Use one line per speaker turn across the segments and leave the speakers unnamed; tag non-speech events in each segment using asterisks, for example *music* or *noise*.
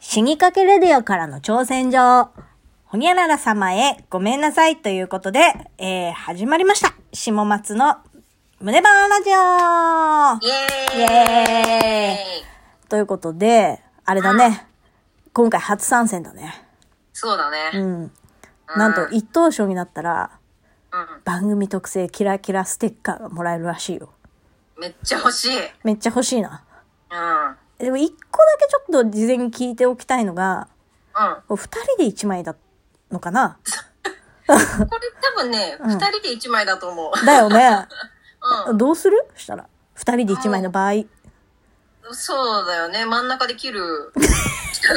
死にかけレディオからの挑戦状。ほにゃらら様へごめんなさいということで、えー、始まりました。下松の胸バーラジ
イエーイ
イエオということで、あれだね。今回初参戦だね。
そうだ
う
ね。
ん。なんと一等賞になったら、
うん。
番組特製キラキラステッカーがもらえるらしいよ。
めっちゃ欲しい。うん。
めっちゃ欲しいな。
うん。
でも一個だけちょっと事前に聞いておきたいのが、こう二人で一枚だのかな
これ多分ね、
ん
二人で一枚だと思う。
だよね。
う
どうするしたら。二人で一枚の場合。
ん。そうだよね。真ん中で切る。真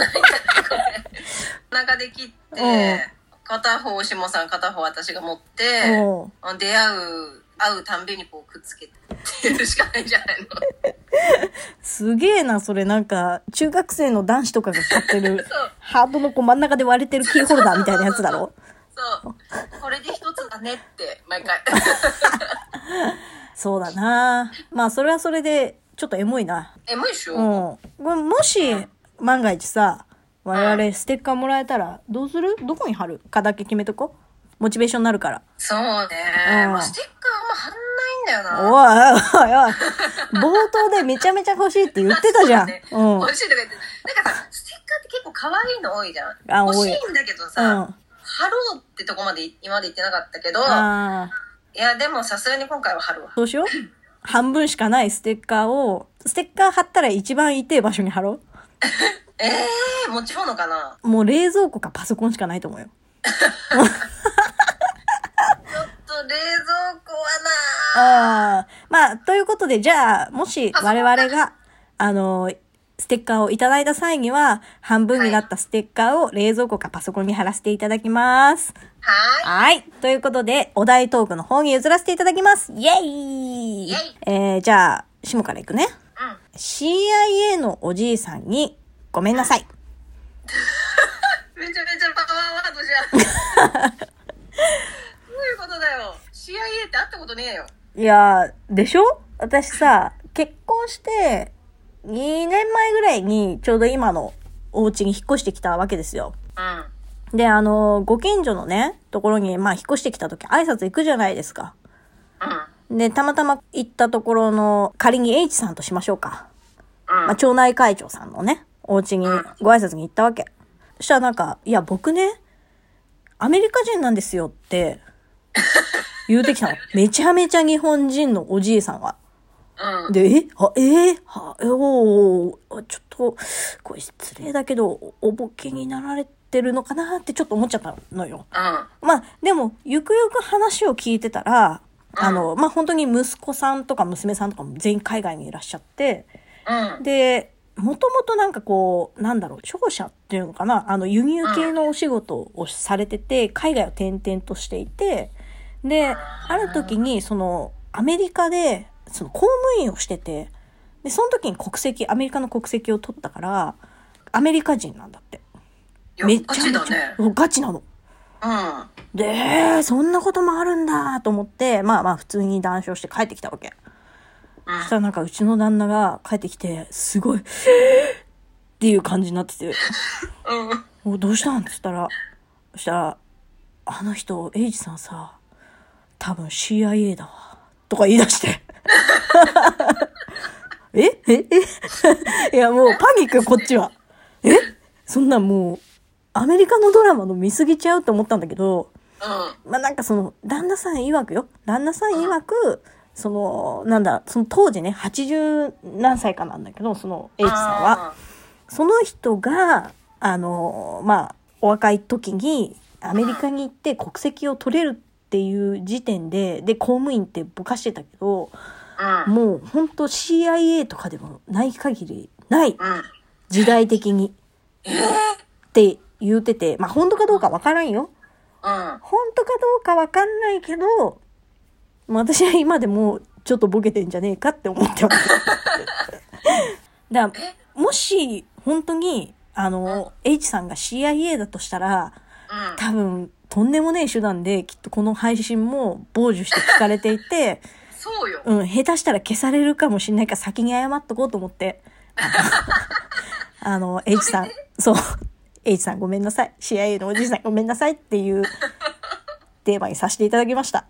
ん中で切って、片方下さん、片方私が持って、
も
出会う、会うたんびにこうくっつけてやるしかないんじゃないの
う、すげえな、それなんか、中学生の男子とかが買って
*laughs*
る、ハートのこう真ん中で割れてるキーホルダーみたいなやつだろ
そう。これで一つだねって、
*laughs*
毎回。
そうだなまあ、それはそれで、ちょっとエモいな。
え、もう一緒
うん。これもし、万が一さ、我々ステッカーもらえたら、どうするどこに貼るかだけ決めとこう。モチベーションになるから。
そう
う
ね。
ん
まあ、ステッカーあんま貼んない
おい
んだよな。
おいおいおい。冒頭でめちゃめちゃ欲しいって言ってたじゃん。
そうだね
うん。
欲しいとか言って。なんかさ、ステッカーって結構可愛いの多いじゃん。
あ多
欲
い
しいんだけどさ、
うん
貼ろうってとこまで今まで言ってなかったけど、
ああ。
いや、でもさすがに今回は貼るわ。
どうしよう半分しかないステッカーを、ステッカー貼ったら一番痛い場所に貼ろ
えー、持ち物かな
う。もう冷蔵庫かパソコンしかないと思うよ。
ちょっと冷蔵庫はな
ああ。まあ、ということで、じゃあ、もし我々が、あの、ステッカーをいただいた際には、半分になったステッカーを冷蔵庫かパソコンに貼らせていただきます。
はーい。
はい。ということで、お題トークの方に譲らせていただきます。イェイ
イェイ
えー、じゃあ、下からいくね。
うん。
CIA のおじいさんに、ごめんなさい。
めちゃめちゃパワーワードじゃん。どう
*laughs*
いうことだよ。CIA って会ったことねえよ。
いやー、でしょ私さ、結婚して、2年前ぐらいに、ちょうど今のお家に引っ越してきたわけですよ。
うん。
で、あのーご近所のね、ところに、まあ、引っ越してきた時、挨拶行くじゃないですか。で、たまたま行ったところの、仮に H さんとしましょうか。
うん。うん
まあ、。町内会長さんのね、お家に
うん
ご挨拶に行ったわけ。そしたらなんか、いや、僕ね、アメリカ人なんですよって、言うてきたの。めちゃめちゃ日本人のおじいさんが。
うん。
で、えあ、えーは、えおーちょっと、これ失礼だけど、おおぼけになられてるのかなってちょっと思っちゃったのよ。
うん。
まあ、でも、ゆくゆく話を聞いてたら、
うん
あの、まあ、本当に息子さんとか娘さんとかも全員海外にいらっしゃって、
うん。
で、もともとなんかこう、なんだろう、商社っていうのかな、あの、輸入系のお仕事をされてて、海外を転々としていて、で、ある時に、その、アメリカで、その、公務員をしてて、で、その時に国籍、アメリカの国籍を取ったから、アメリカ人なんだって。
いや
めち
ガ
ゃ
チ
め
だ
ち
ね
ゃ。。ガチなの。
うん。
で、えーそんなこともあるんだと思って、まあまあ普通に談笑して帰ってきたわけ。
うん
そしたらなんかうちの旦那が帰ってきて、すごい、っていう感じになってて、
うん。
おどうしたんって言ったら、そしたら、あの人、エイジさんさ、多分 CIA だわ。とか言い出して。 *laughs* えええ *laughs* いやもうパニックこっちは。えそんなもう、アメリカのドラマの見すぎちゃうと思ったんだけど、
うん。
まあなんかその旦那さん曰くよ旦那さん曰くそのなんだその当時ね80何歳かなんだけどその H さんは
あ
その人があのまあお若い時にアメリカに行って国籍を取れるっていう時点でで公務員ってぼかしてたけど
ー。うん。
もうほんと CIA とかでもない限りない
うん。
時代的に
えー
って言うててまあ本当かどうかわからんよ
うん。
本当かどうかわかんないけど、まあ私は今でもちょっとボケてんじゃねえかって思ってます。だから、もし本当に、あの、H さんが CIA だとしたら、
うん。
多分、とんでもねえ手段で、きっとこの配信も傍受して聞かれていて、
そうよ。
うん、下手したら消されるかもしんないから先に謝っとこうと思って。あの、H さん、そう、H さんごめんなさい。CIA のおじいさんごめんなさいっていうテーマにさせていただきました。。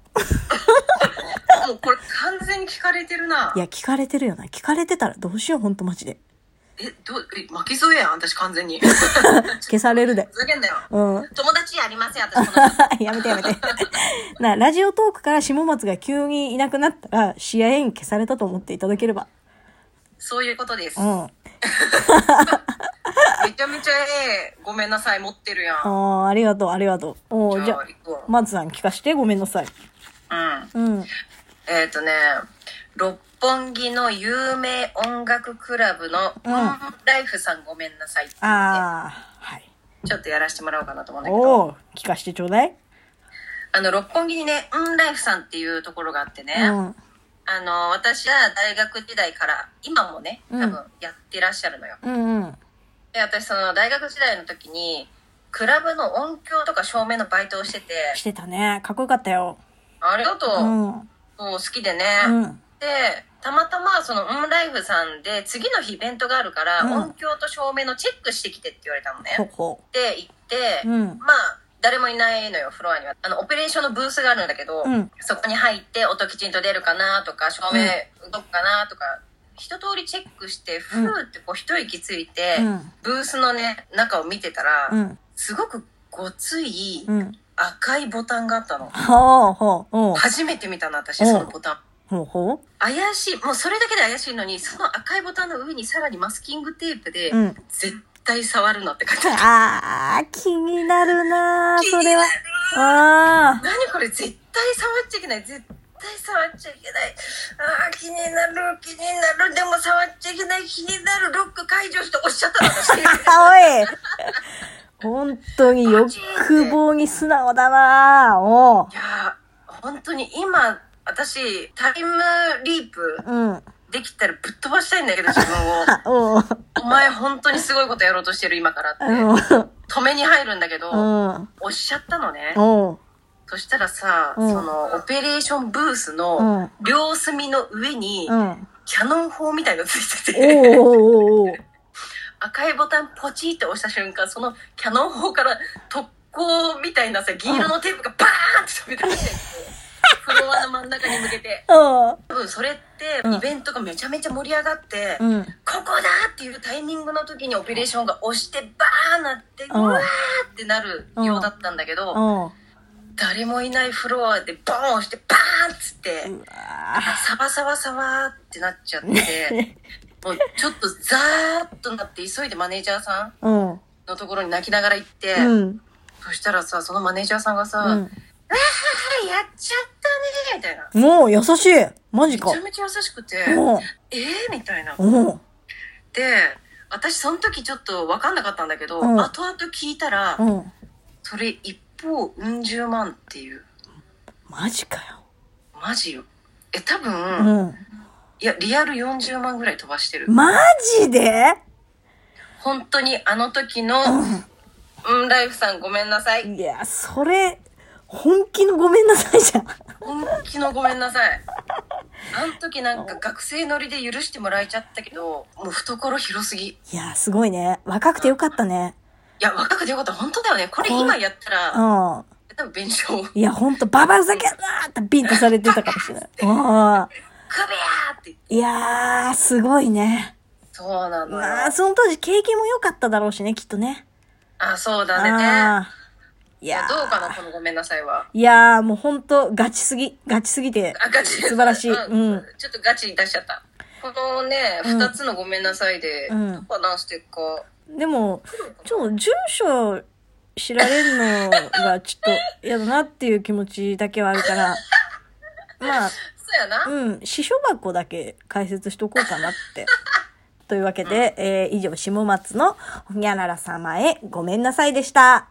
もうこれ完全に聞かれてるない
や、聞かれてるよな。聞かれてたらどうしよう、ほんとマジで。
え、どう、え、巻き添えやん、私完全に。
消されるで。 *laughs*
ふざけんなよ。
うん。
友達やりません、私この人。
やめてやめて。な、ラジオトークから下松が急にいなくなったら、試合に消されたと思っていただければ。
そういうことです
う。ん。あ
めちゃめちゃええ、ごめんなさい、持ってるやん。
あ、ありがとう、ありがとう。おーじ
じ
ゃ
ゃ
あ
あ、行くわ
松さん聞かして、ごめんなさい。
うん。
うん。
えっ、とね、六本木の有名音楽クラブの、
うん
モンライフさんごめんなさいって言って、
ああ、はい。
ちょっとやらせてもらおうかなと思うんだけど、
おお聞かしてちょうだい。
あの、六本木にね、オンライフさんっていうところがあってね、
うん。
あの、私は大学時代から、今もね、多
うん
分やってらっしゃるのよ。
うんうん。
で、私その大学時代の時に、クラブの音響とか照明のバイトをしてて、
してたね。かっこよかったよ。
ありがとう
う、ん。うん。
そう好きでね、
うん。
でたまたまそのオンライフさんで次の日イベントがあるから、
うん
音響と照明のチェックしてきてって言われたのね
ほうほ
で行って、
う。うん。
まあ誰もいないのよフロアにはあのオペレーションのブースがあるんだけど、
うん
そこに入って音きちんと出るかなとか照明動くかなとか、一通りチェックしてふーってこう一息ついて、
うん。
ブースのね中を見てたら、
うん。
すごくごつい
うん。
赤いボタンがあったの、
ほうほう。うん。
初めて見たの私
お
そのボタン
ほうほ
怪しいもうそれだけで怪しいのにその赤いボタンの上にさらにマスキングテープで
う。うん。
「絶対触るな」って書いてある
ああ、気になるなーそれは。ああ。
何これ絶対触っちゃいけない絶対触っちゃいけないあー気になる気になるでも触っちゃいけない気になるロック解除して押しちゃったの
*laughs*
私
おい。本当に欲望に素直だなーおう
いやー本当に今私タイムリープ
うん。あ
できたらぶっ飛ばしたいんだけど自
*laughs*
分を
おう。
お前本当にすごいことやろうとしてる今からって
う
止めに入るんだけど、
ん。うん。
押しちゃった
*laughs*
のね
おう。
そしたらさ、
うん
そのオペレーションブース
う
の
ん。
両隅の上に
うん。
キャノン砲みたいのついて
お
て、
うおうおうおう。
赤いボタンポチって押した瞬間そのキャノン砲から特攻みたいなさ銀色のテープがバーンって飛び出してきてフロアの真ん中に向けて多分それってイベントがめちゃめちゃ盛り上がって、
うん。うん。
ここだっていうタイミングの時にオペレーションが押してバーンなって
う
うんわーってなるようだったんだけど、
おう。
誰もいないフロアでボーン押してバーンっつって。
うわ
サバサバサバーってなっちゃって
*laughs*
もうちょっとザーッとなって急いでマネージャーさん
ーうん。
のところに泣きながら行って、
うん。
そしたらさそのマネージャーさんがさ「
う
はい
ん。
やっちゃったね」みたいな
もう優しいマジか
めちゃめちゃ優しくて
おう
「えー?」みたいな
おう
で私その時ちょっと分かんなかったんだけど、
うん
後々聞いたら、
うん
それ一方うん十万っていう
マジかよ
マジよえ多分、
うん
いやリアル40万ぐらい飛ばしてる
マジで
本当にあの時の「うんライフさんごめんなさい」
いやそれ本気のごめんなさいじゃん
本気のごめんなさいあの時なんか学生乗りで許してもらえちゃったけどもう懐広すぎい
いやすごいね若くてよかったね
や若くてよかった本当だよねこれ今やった
う
ら
ん
多分弁償
いやほんとババふざけんなってビンとされてたかもしれないうん
クビやーって
いやーすごいね
そうなのよ
まあその当時景気も良かっただろうしねきっとね
あそうだね
あーいや
どうかなこのごめんなさいはい
やーもうほんとガチすぎガチすぎて
あガチ
素晴らしい
うん
うん
ちょっとガチに出しちゃったこのね、
うん
二つのごめんなさいで、
うん
どこかなステッカー
でも、ちょっと住所知られるのがちょっと嫌だなっていう気持ちだけはあるから、まあ、
そうやな、
うん、私書箱だけ解説しとこうかなって。というわけで、えー以上、下松のほにゃらら様へごめんなさいでした。